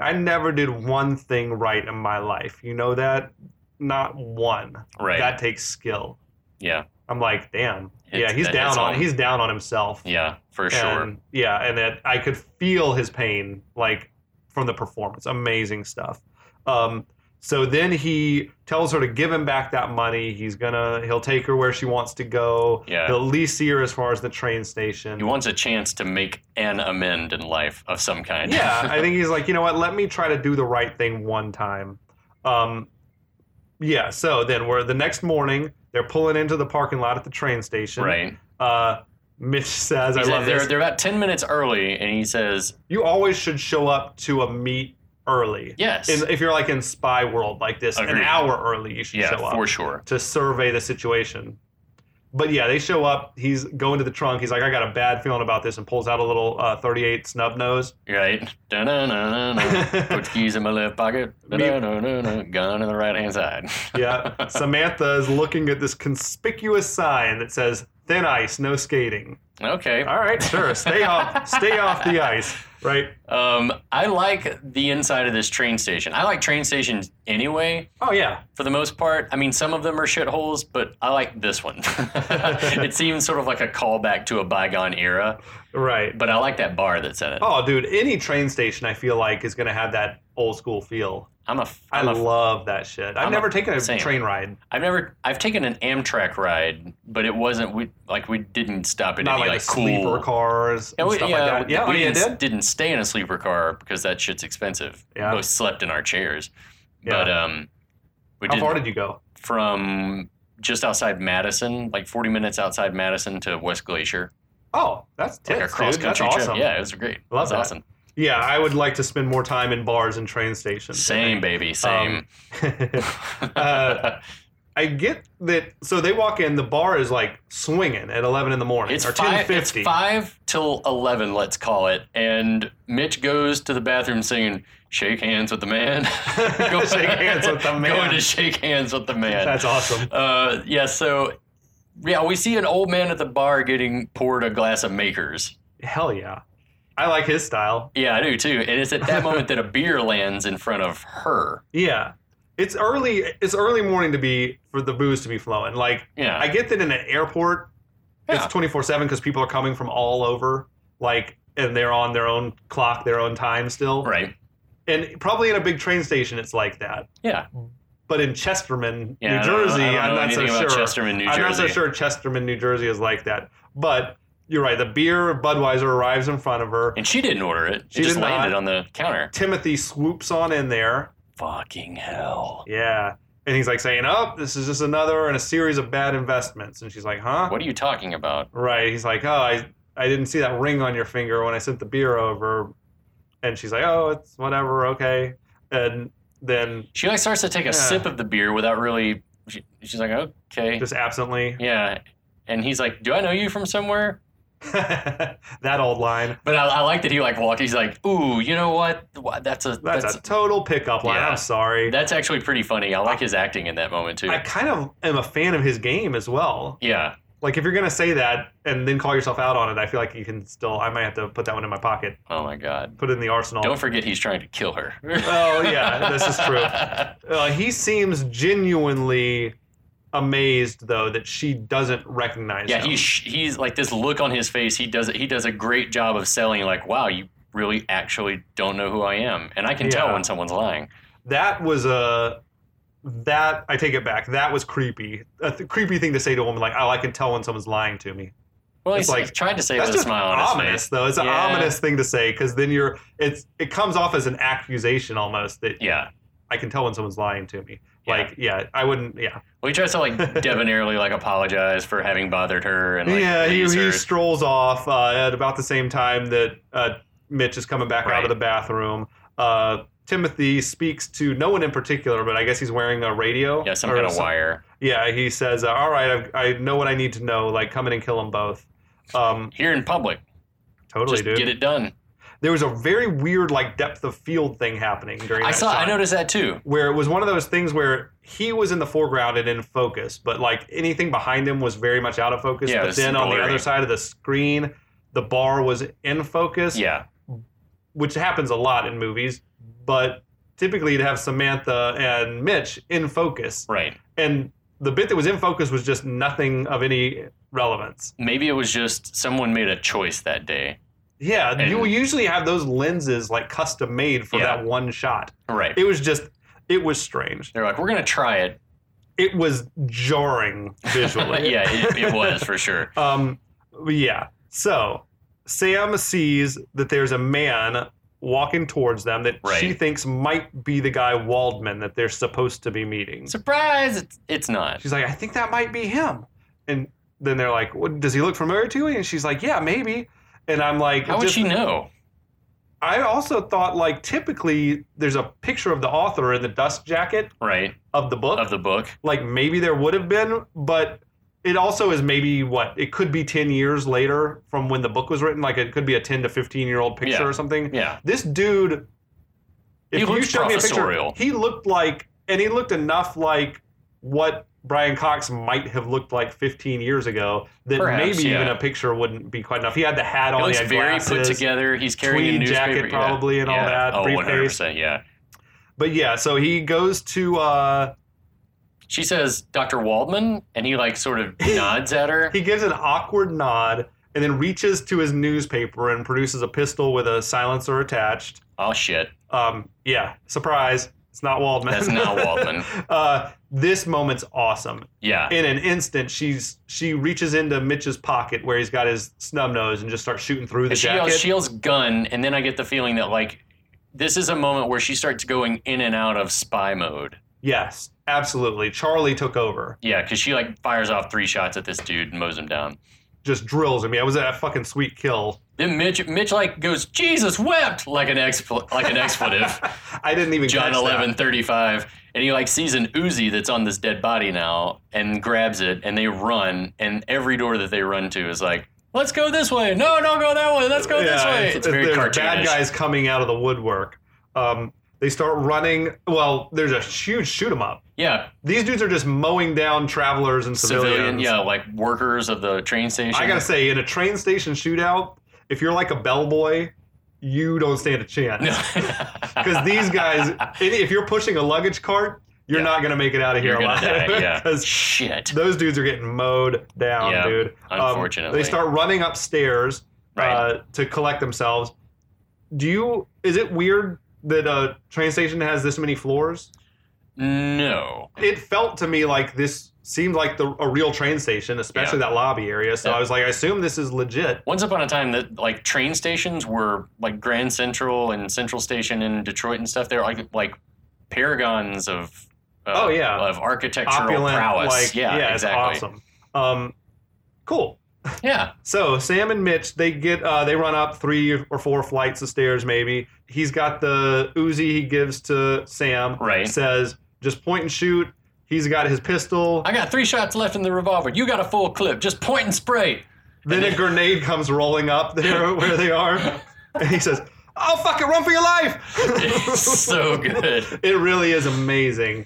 I never did one thing right in my life. You know that? Not one.
Right.
That takes skill.
yeah.
I'm like, damn.
It's-
yeah, he's
that-
down
it's
on
on-
he's down on himself.
Yeah. For sure.
And, yeah, and that I could feel his pain like from the performance. Amazing stuff. Um, so then he tells her to give him back that money. He's gonna he'll take her where she wants to go.
Yeah.
He'll at least see her as far as the train station.
He wants a chance to make an amend in life of some kind.
yeah, I think he's like, you know what? Let me try to do the right thing one time. Um, yeah. So then we're the next morning. They're pulling into the parking lot at the train station.
right.
Uh, Mitch says, "I
He's
love
like,
this.
they're, they're about ten minutes early, and he says,
you always should show up to a meet early.
"Yes,
In, if you're like in spy world like this, an
Agreed.
hour early you should
yeah,
show up
for sure."
to survey the situation. But yeah, they show up. He's going to the trunk. He's like, I got a bad feeling about this, and pulls out a little uh, 38 snub nose.
Right? Da-na-na-na-na. Put the keys in my left pocket.
Me-
Da-na-na-na-na. Gun in the right hand side.
yeah. Samantha is looking at this conspicuous sign that says "Thin ice, no skating."
okay.
All right, sure. Stay off. Stay off the ice. Right.
Um, I like the inside of this train station. I like train stations anyway,
Oh yeah.
for the most part. I mean, some of them are shitholes, but I like this one. it seems sort of like a callback to a bygone era,
Right.
but I like that bar that's in it.
Oh, dude, any train station I feel like is gonna have that old school feel.
I'm a, f-
I
I'm a f-
love that shit. I've
I'm a-
never taken a
same.
train ride.
I've never, I've taken an Amtrak ride, but it wasn't, we, like, we didn't stop at
Not
any,
like,
like,
the
cool.
sleeper cars and
we,
stuff
yeah,
like that. Yeah,
we
oh, yeah,
didn't,
did.
didn't stay in a sleeper car because that shit's expensive.
Yeah.
We both slept in our chairs.
Yeah.
But um, we
How
did
far did you go?
from just outside Madison, like 40 minutes outside Madison to West Glacier,
Oh, that's
like a
tits,
cross
dude. That's
country
awesome.
trip. Yeah, it was great.
Love
it was
that.
awesome.
Yeah, I would like to spend more time in bars and train stations.
Same, baby, same.
Um, uh, I get that. So they walk in. The bar is like swinging at eleven in the morning
it's
or ten
five. It's
fifty.
five till eleven, let's call it. And Mitch goes to the bathroom singing "Shake Hands with the Man."
Shake hands with the
Going
man.
to shake hands with the man.
That's awesome.
Uh, yeah, so yeah, we see an old man at the bar getting poured a glass of Makers.
Hell yeah, I like his style.
Yeah, I do too. And it's at that moment that a beer lands in front of her.
Yeah, it's early. It's early morning to be for the booze to be flowing. Like
Yeah,
I get that in an airport,
Yeah.
it's twenty four seven because people are coming from all over. Like and they're on their own clock, their own time still.
right.
And probably in a big train station, it's like that.
Yeah,
But in Chesterman,
yeah.
New
I don't know-
Jersey,
I don't
I'm
know
not so
anything about
sure.
Chesterman, New
I'm not so
Jersey.
sure Chesterman, New Jersey is like that. But you're right. The beer of Budweiser arrives in front of her.
And she didn't order it.
She
it just
did not.
landed on the counter.
Timothy swoops on in there.
Fucking hell!
Yeah. And he's like saying, Oh, this is just another in a series of bad investments. And she's like, Huh?
What are you talking about?
Right. He's like, Oh, I, I didn't see that ring on your finger when I sent the beer over. And she's like, Oh, it's whatever. Okay. And then
She like starts to take a
Yeah.
sip of the beer without really. She, she's like, okay,
just absently,
yeah. And he's like, do I know you from somewhere?
that old line.
But I, I like that he like walked. He's like, "Ooh, you know what? Wha- That's a
That's,
that's that's,
a total pickup line.
Yeah.
I'm sorry.
actually pretty funny. I like his acting in that moment too.
I kind of am a fan of his game as well.
yeah,
Like if you're gonna say that and then call yourself out on it, I feel like you can still. I might have to put that one in my pocket.
Oh my God.
Put it in the arsenal.
Don't forget he's trying to kill her.
Oh yeah, this is true. Uh, he seems genuinely amazed though that she doesn't recognize
yeah,
him.
he's he's like this look on his face. He does it. He does a great job of selling. Like, wow, you really actually don't know who I am, and I can tell
Yeah.
when someone's lying.
that was a that I take it back. That was creepy. A th- creepy thing to say to a woman like, "Oh, I can tell when someone's lying to me."
Well,
It's
he's
like-
like trying to say
That's
with a
just
smile on his
ominous,
face.
though. It's an
Yeah.
ominous thing to say because then you're it's it comes off as an accusation almost that
Yeah.
I can tell when someone's lying to me.
Yeah.
Like, yeah, I wouldn't. Yeah,
Well, he tries to like debonairly like apologize for having bothered her and like
yeah. He,
please
he
her.
strolls off uh, at about the same time that uh, Mitch is coming back out
Right.
of the bathroom. Uh, Timothy speaks to no one in particular, but I guess he's wearing a radio.
yeah, some
or
kind of
some-
wire.
Yeah, he says, uh, "All right, I, I know what I need to know. Like, come in and kill them both." Um,
Here in public,
totally,
just
dude.
get it done.
There was a very weird, like, depth of field thing happening during.
I
that
saw. I
shot.
noticed that too.
where it was one of those things where he was in the foreground and in focus, but like anything behind him was very much out of focus.
Yeah, it
but
was
then on the
blurry.
other side of the screen, the bar was in focus,
Yeah,
which happens a lot in movies, but typically you'd have Samantha and Mitch in focus.
right.
And the bit that was in focus was just nothing of any relevance.
Maybe it was just someone made a choice that day.
Yeah,
And-
you usually have those lenses like custom made for
Yeah.
that one shot.
Right.
It was just, it was strange.
They're like, we're gonna try it.
It was jarring visually.
yeah, it, it was for sure.
Um, but yeah. So Sam sees that there's a man walking towards them that she
Right.
thinks might be the guy Waldman that they're supposed to be meeting.
Surprise! It's, it's not.
She's like, I think that might be him. And then they're like, what, Does he look familiar to you? And she's like, Yeah, maybe. And I'm like,
How would
just-
she know?
I also thought like typically there's a picture of the author in the dust jacket
Right
of the book.
of the book.
like maybe there would have been, but it also is maybe what it could be 10 years later from when the book was written. Like it could be a 10 to 15 year old picture
Yeah.
or something.
Yeah.
This dude, if
He
you
looked
showed me a picture,
professorial.
he looked like, and he looked enough like what Brian Cox might have looked like 15 years ago that
Perhaps,
maybe
yeah.
even a picture wouldn't be quite enough. He had the hat on,
It
he
looks
had
very
glasses.
put together. He's carrying a
tweed jacket
newspaper, yeah.
probably and all
yeah.
that,
Oh,
briefcase.
100%, yeah.
But yeah, so he goes to, uh,
She says, "Dr. Waldman," and he like sort of nods at her.
He gives an awkward nod and then reaches to his newspaper and produces a pistol with a silencer attached.
Oh shit!
Um, yeah, surprise. It's not Waldman.
That's not Waldman.
uh, this moment's awesome.
Yeah.
In an instant, she's she reaches into Mitch's pocket where he's got his snub nose and just starts shooting through the
she
jacket.
yells, she yells "gun," and then I get the feeling that like this is a moment where she starts going in and out of spy mode.
yes, absolutely. Charlie took over,
Yeah, because she like fires off three shots at this dude and mows him down.
just drills him. Yeah, it was a fucking sweet kill.
Then Mitch, Mitch like goes, "Jesus wept!" like an expl- like an expletive.
I didn't even
John
catch that.
eleven thirty five, and he like sees an Uzi that's on this dead body now, and grabs it, and they run, and every door that they run to is like, "Let's go this way! No, don't go that way! Let's go this
Yeah,
way!" It's, very
there's
cartoonish.
bad guys coming out of the woodwork. Um, they start running. Well, there's a huge shoot 'em up.
Yeah,
These dudes are just mowing down travelers and civilians.
civilian. Yeah, like workers of the train station.
I gotta say, in a train station shootout, if you're like a bellboy, you don't stand a chance. Because
because
these guys, any- if you're pushing a luggage cart, you're
Yeah.
not gonna make it out of here
You're gonna
alive.
die, yeah.
'Cause
shit.
those dudes are getting mowed down,
Yeah,
dude. Um,
Unfortunately,
they start running upstairs.
right.
uh, to collect themselves. Do you? Is it weird that a train station has this many floors?
no.
It felt to me like this seemed like the, a real train station, especially that lobby area. So
Yeah.
I was like, I assume this is legit.
Once upon a time, that like train stations were like Grand Central and Central Station in Detroit and stuff. They're like like paragons of uh,
Oh, yeah.
of architectural
Opulent,
prowess.
like
yeah, exactly.
it's awesome. Um, cool.
Yeah,
So Sam and Mitch, they get uh, they run up three or four flights of stairs. Maybe he's got the Uzi he gives to Sam.
Right.
Says just point and shoot. He's got his pistol.
I got three shots left in the revolver. You got a full clip. Just point and spray.
Then a grenade comes rolling up there where they are, and he says, "Oh fuck it, run for your life!"
It's so good.
It really is amazing.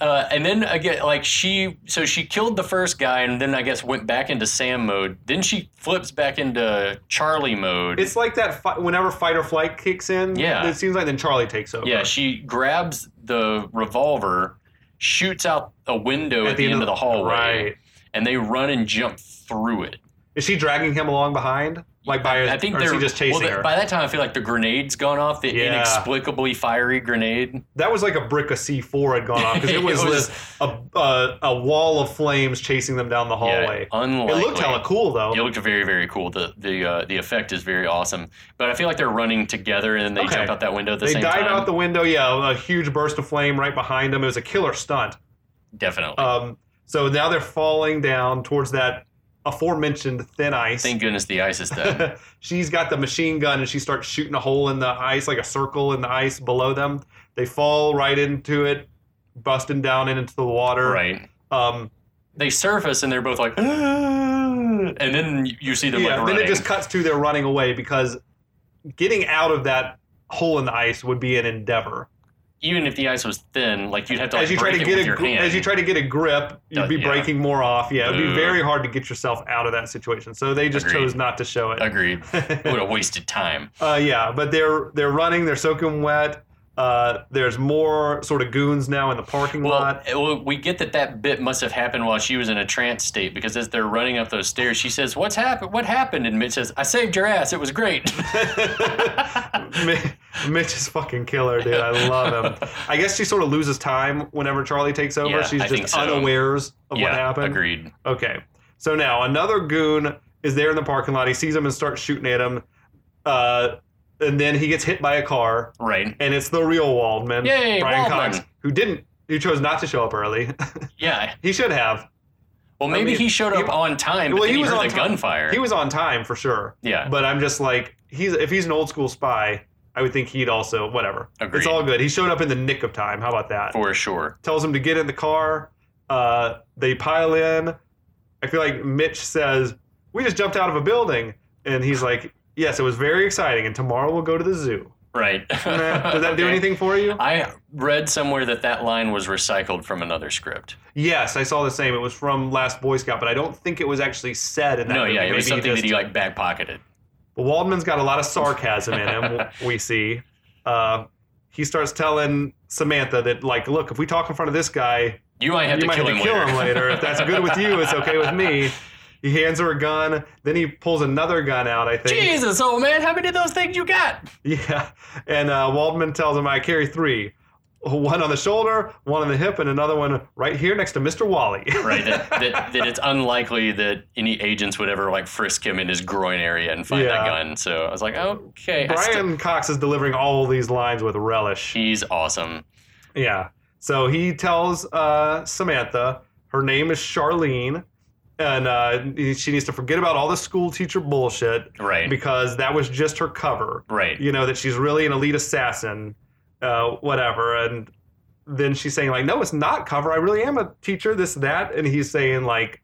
Uh, and then again, like she, so she killed the first guy, and then I guess went back into Sam mode. Then she flips back into Charlie mode.
It's like that fi- whenever fight or flight kicks in.
Yeah.
It seems like then Charlie takes over.
yeah, she grabs the revolver, shoots out a window at, the, end, of the hallway,
Right.
and they run and jump through it.
Is she dragging him along behind? Like by
I think
or is
they're
he just chasing
well,
her?
By that time, I feel like the grenade's gone off. The
Yeah.
inexplicably fiery grenade.
that was like a brick of C4 had gone off because it was, this- a, a, a wall of flames chasing them down the hallway. it
Yeah, unlikely.
looked hella cool though.
It looked very very cool. The the uh, the effect is very awesome. But I feel like they're running together and then they
Okay.
jump out that window at the
they
same
dive
time.
out the window. Yeah, a huge burst of flame right behind them. It was a killer stunt.
Definitely.
Um, so now they're falling down towards that aforementioned thin ice.
Thank goodness the ice is dead.
She's got the machine gun and she starts shooting a hole in the ice, like a circle in the ice below them. They fall right into it, busting down into the water.
right.
Um,
They surface and they're both like, and then you see them
yeah,
like
then
running.
it just cuts to they're running away because getting out of that hole in the ice would be an endeavor.
Even if the ice was thin, like you'd have to like,
as you try to
break it
get
with
a
your
gr-
hand.
as you try to get a grip, you'd
Does-
be
yeah.
breaking more off. Yeah, it'd be
Ugh.
very hard to get yourself out of that situation. So they just
Agreed.
chose not to show it.
Agreed. what a wasted time.
Uh, yeah, but they're they're running. They're soaking wet. Uh, there's more sort of goons now in the parking
Well,
lot.
well, we get that that bit must have happened while she was in a trance state because as they're running up those stairs, she says, "What's happened? What happened?" And Mitch says, "I saved your ass. It was great."
Mi- Mitch is fucking killer, dude. I love him. I guess she sort of loses time whenever Charlie takes over.
Yeah,
She's
I think
just
so.
unawares of
yeah,
what happened.
agreed.
Okay. So now another goon is there in the parking lot. He sees him and starts shooting at him. Uh, and then he gets hit by a car,
Right.
and it's the real Waldman,
Yay,
Brian
Waldman.
Cox, who didn't, who chose not to show up early.
Yeah.
he should have.
Well,
I
maybe
mean,
he showed
he-
up on time, but
well,
then
he
he,
was
heard
on
the
time.
gunfire.
He was on time for sure.
yeah.
But I'm just like, he's if he's an old school spy, I would think he'd also whatever.
Agreed.
It's all good. He showed up in the nick of time. How about that?
for sure.
Tells him to get in the car. Uh, they pile in. I feel like Mitch says, "We just jumped out of a building," and he's like, "Yes, it was very exciting, and tomorrow we'll go to the zoo."
Right.
Nah, does that do
Okay. Uh,
anything for you?
I read somewhere that that line was recycled from another script.
Yes, I saw the same. It was from Last Boy Scout, but I don't think it was actually said in that.
no,
movie.
yeah, it was
Maybe
something
just-
that he like back pocketed.
But Waldman's got a lot of sarcasm in him. w- we see. Uh, he starts telling Samantha that, like, look, if we talk in front of this guy,
You might have
you
to
might
kill
have
him
to kill
later.
him later. If that's good with you, it's okay with me. He hands her a gun. Then he pulls another gun out. I think.
Jesus, old man, how many of those things you got?
Yeah. And uh, Waldman tells him, "I carry three, one on the shoulder, one on the hip, and another one right here next to Mr. Wally."
Right, that, that, that it's unlikely that any agents would ever like frisk him in his groin area and find
Yeah.
that gun. So I was like, okay, I still-
Brian Cox is delivering all these lines with relish.
he's awesome.
Yeah. So he tells uh, Samantha her name is Charlene, and uh, she needs to forget about all the school teacher bullshit
Right,
because that was just her cover.
right,
You know that she's really an elite assassin, uh, whatever. And then she's saying like, "No, it's not cover. I really am a teacher. This that." And he's saying like,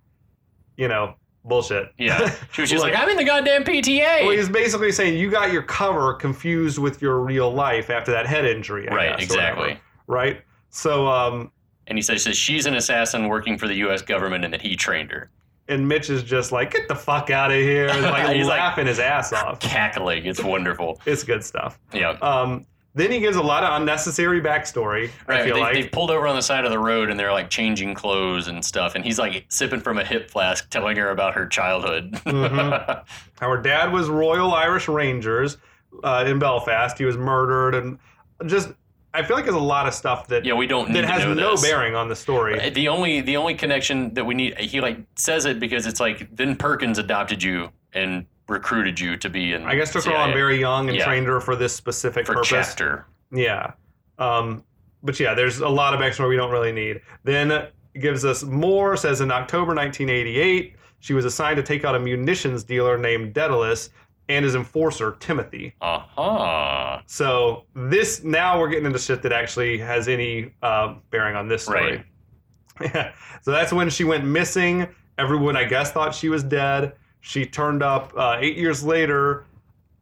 you know, bullshit.
yeah. She was just
Look-
like, I'm in the goddamn PTA.
Well, he's basically saying you got your cover confused with your real life after that head injury. I
right,
guess, or
exactly.
whatever, right. So um,
And he says that she's an assassin working for the U.S. government and that he trained her.
and Mitch is just like, get the fuck out of here, and like
He's like-
laughing his ass off.
Cackling, it's wonderful.
It's good stuff.
Yeah,
Um, then he gives a lot of unnecessary backstory.
right.
I feel
they,
like
They've pulled over on the side of the road and they're like changing clothes and stuff. And he's like sipping from a hip flask, telling her about her childhood.
Mhm. our dad was Royal Irish Rangers uh, in Belfast. He was murdered, and just I feel like there's a lot of stuff that
yeah, we don't need
that
to
has
know
no
this. Uh,
bearing on the story.
The only the only connection that we need, he like says it because it's like then Perkins adopted you and recruited you to be in.
I guess took her
CIA
on very young and
Yeah.
trained her for this specific
for
purpose.
chapter.
Yeah. Um, but yeah, there's a lot of backstory we don't really need. Then it gives us more, says in October 1988, she was assigned to take out a munitions dealer named Daedalus and his enforcer, Timothy.
Uh huh.
So this, now we're getting into shit that actually has any uh, bearing on this story. so that's when she went missing. Everyone, I guess, thought she was dead. She turned up uh, eight years later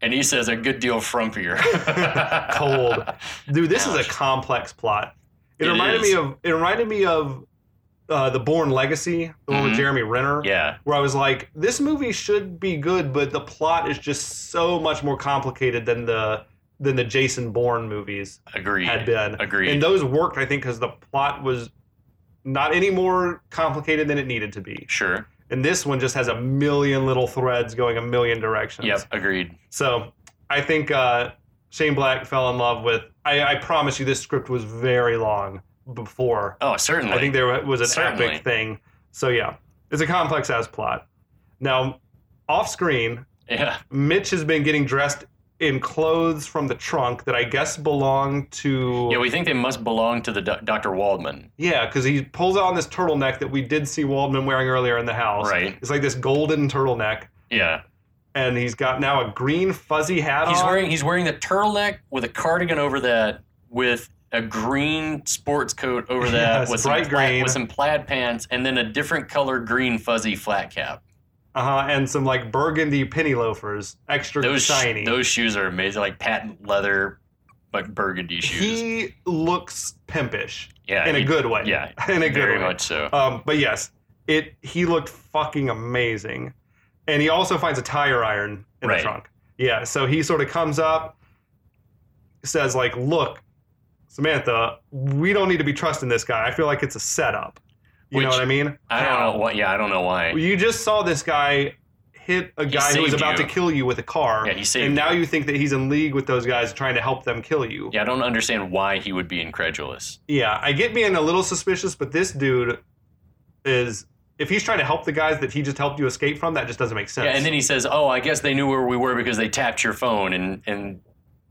And he says a good deal frumpier.
cold. Dude, this is
Ouch.
a complex plot. It,
It
reminded
is.
me of it reminded me of uh, the Born Legacy, the one with
Mhm.
Jeremy Renner.
Yeah.
Where I was like, this movie should be good, but the plot is just so much more complicated than the than the Jason Bourne movies
Agreed.
had been.
Agreed.
And those worked, I think, because the plot was not any more complicated than it needed to be.
sure.
And this one just has a million little threads going a million directions.
Yep. Agreed.
So I think uh, Shane Black fell in love with. I, I promise you, this script was very long before.
Oh, certainly.
I think there was an
Certainly.
epic thing. So yeah, it's a complex ass plot. Now, off screen,
yeah.
Mitch has been getting dressed in clothes from the trunk that I guess belong to.
Yeah. We think they must belong to the doc- Dr. Waldman.
Yeah, because he pulls on this turtleneck that we did see Waldman wearing earlier in the house.
Right.
It's like this golden turtleneck,
Yeah.
and he's got now a green fuzzy hat
He's
on.
wearing he's wearing the turtleneck with a cardigan over that with a green sports coat over that
Yes,
with some
bright
plaid,
green.
with some plaid pants and then a different color green fuzzy flat cap.
uh-huh, and some like burgundy penny loafers, extra
Those sh-
shiny.
those shoes are amazing, like patent leather, but burgundy shoes.
he looks pimpish
yeah,
in a
he-
good way.
yeah,
in a good
very
way.
much so.
Um, but yes, it he looked fucking amazing, and he also finds a tire iron in
Right.
the trunk. Yeah, so he sort of comes up, says like, "Look, Samantha, we don't need to be trusting this guy. I feel like it's a setup." You know
Which-
what I mean?
I don't know what. Yeah, I don't know why.
You just saw this guy hit a guy who was
saved
about
you.
to kill you with a car,
Yeah, he saved
and now you think that he's in league with those guys trying to help them kill you.
yeah, I don't understand why he would be incredulous.
Yeah, I get being a little suspicious, but this dude is if he's trying to help the guys that he just helped you escape from, that just doesn't make sense.
Yeah, and then he says, "Oh, I guess they knew where we were because they tapped your phone." And and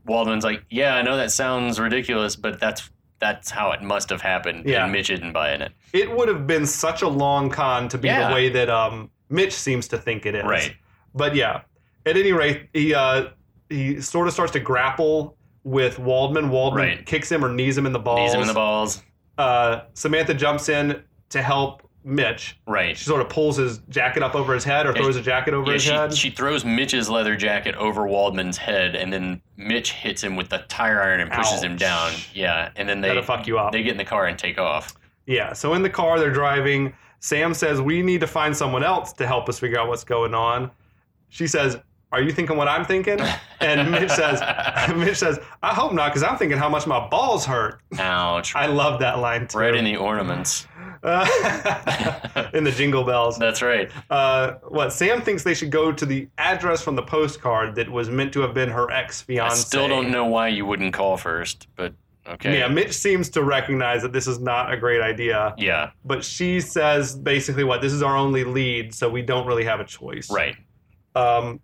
Waldman's like, "Yeah, I know that sounds ridiculous, but that's that's how it must have happened."
Yeah.
And Mitch isn't buying it.
it would have been such a long con to be
Yeah.
the way that um, Mitch seems to think it is.
Right.
But yeah, at any rate, he uh, he sort of starts to grapple with Waldman. Waldman
Right.
kicks him or knees him in the balls.
Knees him in the balls.
Uh, Samantha jumps in to help Mitch.
Right.
She sort of pulls his jacket up over his head or
Yeah,
throws a jacket over
Yeah,
his head.
she, she throws Mitch's leather jacket over Waldman's head, and then Mitch hits him with the tire iron and pushes him
Ouch.
down. Yeah, and then they
That'll fuck you up.
they get in the car and take off.
Yeah, so in the car they're driving. Sam says, We need to find someone else to help us figure out what's going on. She says, Are you thinking what I'm thinking? And Mitch says, Mitch says, I hope not, because I'm thinking how much my balls hurt.
Ouch!
I love that line too.
Right in the ornaments.
Uh, in the jingle bells.
That's right.
Uh, what Sam thinks they should go to the address from the postcard that was meant to have been her ex
I
fiance.
still don't know why you wouldn't call first, but okay.
Yeah, Mitch seems to recognize that this is not a great idea.
Yeah,
but she says basically what this is our only lead so we don't really have a choice
right.
um,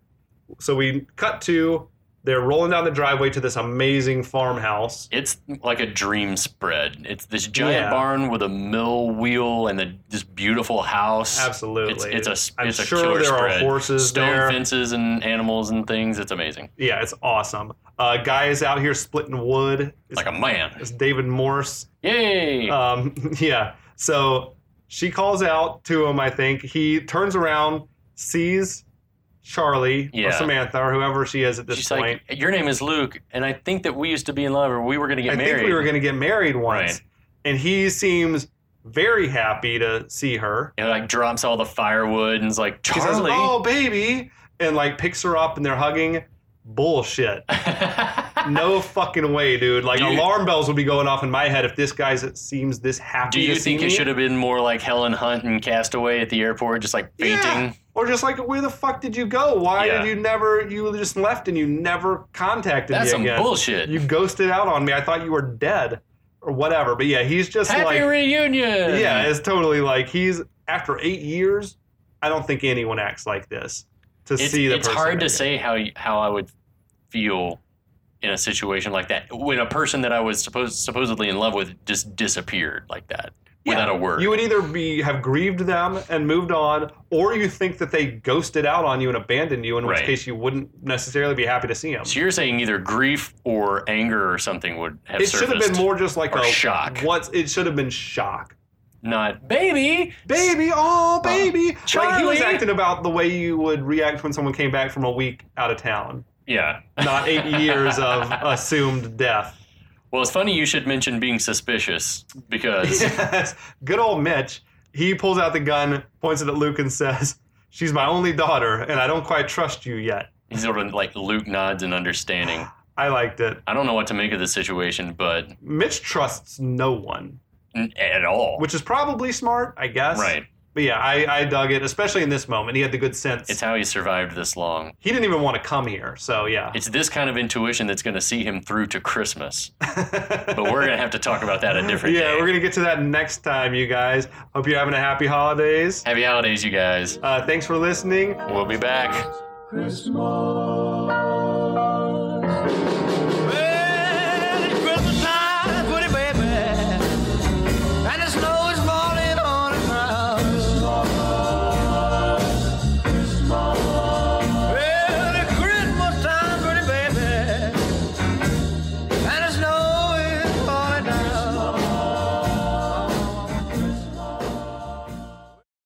so we cut to they're rolling down the driveway to this amazing farmhouse
It's like a dream spread. It's this giant
Yeah.
barn with a mill wheel and the, this beautiful house.
absolutely
It's, it's a
i'm
it's a
sure
killer
there are
spread.
horses
Stone
there
fences and animals and things. It's amazing.
yeah it's awesome uh, guy is out here splitting wood it's,
Like a man.
it's david morse
Yay!
um, yeah so she calls out to him i think he turns around sees charlie
Yeah.
or samantha or whoever she is at this
She's
point
like, "Your name is Luke, and I think that we used to be in love, or we were going to get
I
married."
think we were going to get married once.
Right.
And he seems very happy to see her.
and like drops all the firewood and is like,
He says,
"Charlie."
"Oh, baby," and like picks her up, and they're hugging. Bullshit. No fucking way, dude. Like
Do you-
alarm bells would be going off in my head if this guy seems this happy.
Do you
to
think
see
it
me.
should have been more like Helen Hunt and Castaway at the airport, just like fainting?
Yeah. Or just like, where the fuck did you go? Why
Yeah.
did you never? You just left and you never contacted
That's
me
some
again.
bullshit.
You ghosted out on me. I thought you were dead or whatever. But yeah, he's just
Happy
like
reunion.
Yeah, it's totally like he's after eight years. I don't think anyone acts like this to
it's,
see the.
it's
person
hard to
again.
say how y- how I would feel in a situation like that when a person that I was supposed supposedly in love with just disappeared like that
Yeah.
without a word.
You would either be have grieved them and moved on, or you think that they ghosted out on you and abandoned you. In which
Right.
case, you wouldn't necessarily be happy to see them.
so you're saying either grief or anger or something would have
it
surfaced.
should have been more just like
Or
a
shock.
What's it should have been shock,
not baby.
baby. Oh,
Well,
baby. like he was
Charlie.
acting about the way you would react when someone came back from a week out of town,
Yeah.
not eight years of assumed death.
Well, it's funny you should mention being suspicious because
Yes. Good old Mitch. He pulls out the gun, points it at Luke, and says, She's my only daughter, and I don't quite trust you yet.
he's sort of like Luke nods in understanding.
I liked it.
I don't know what to make of this situation, but
Mitch trusts no one,
n- at all,
which is probably smart, I guess.
right?
But yeah, I, I dug it, especially in this moment. He had the good sense.
It's how he survived this long.
he didn't even want to come here, so yeah.
It's this kind of intuition that's going to see him through to Christmas. But we're going to have to talk about that a different
yeah,
day.
we're going to get to that next time, you guys. Hope you're having a happy holidays.
Happy holidays, you guys.
Uh, thanks for listening.
We'll be back.
Christmas.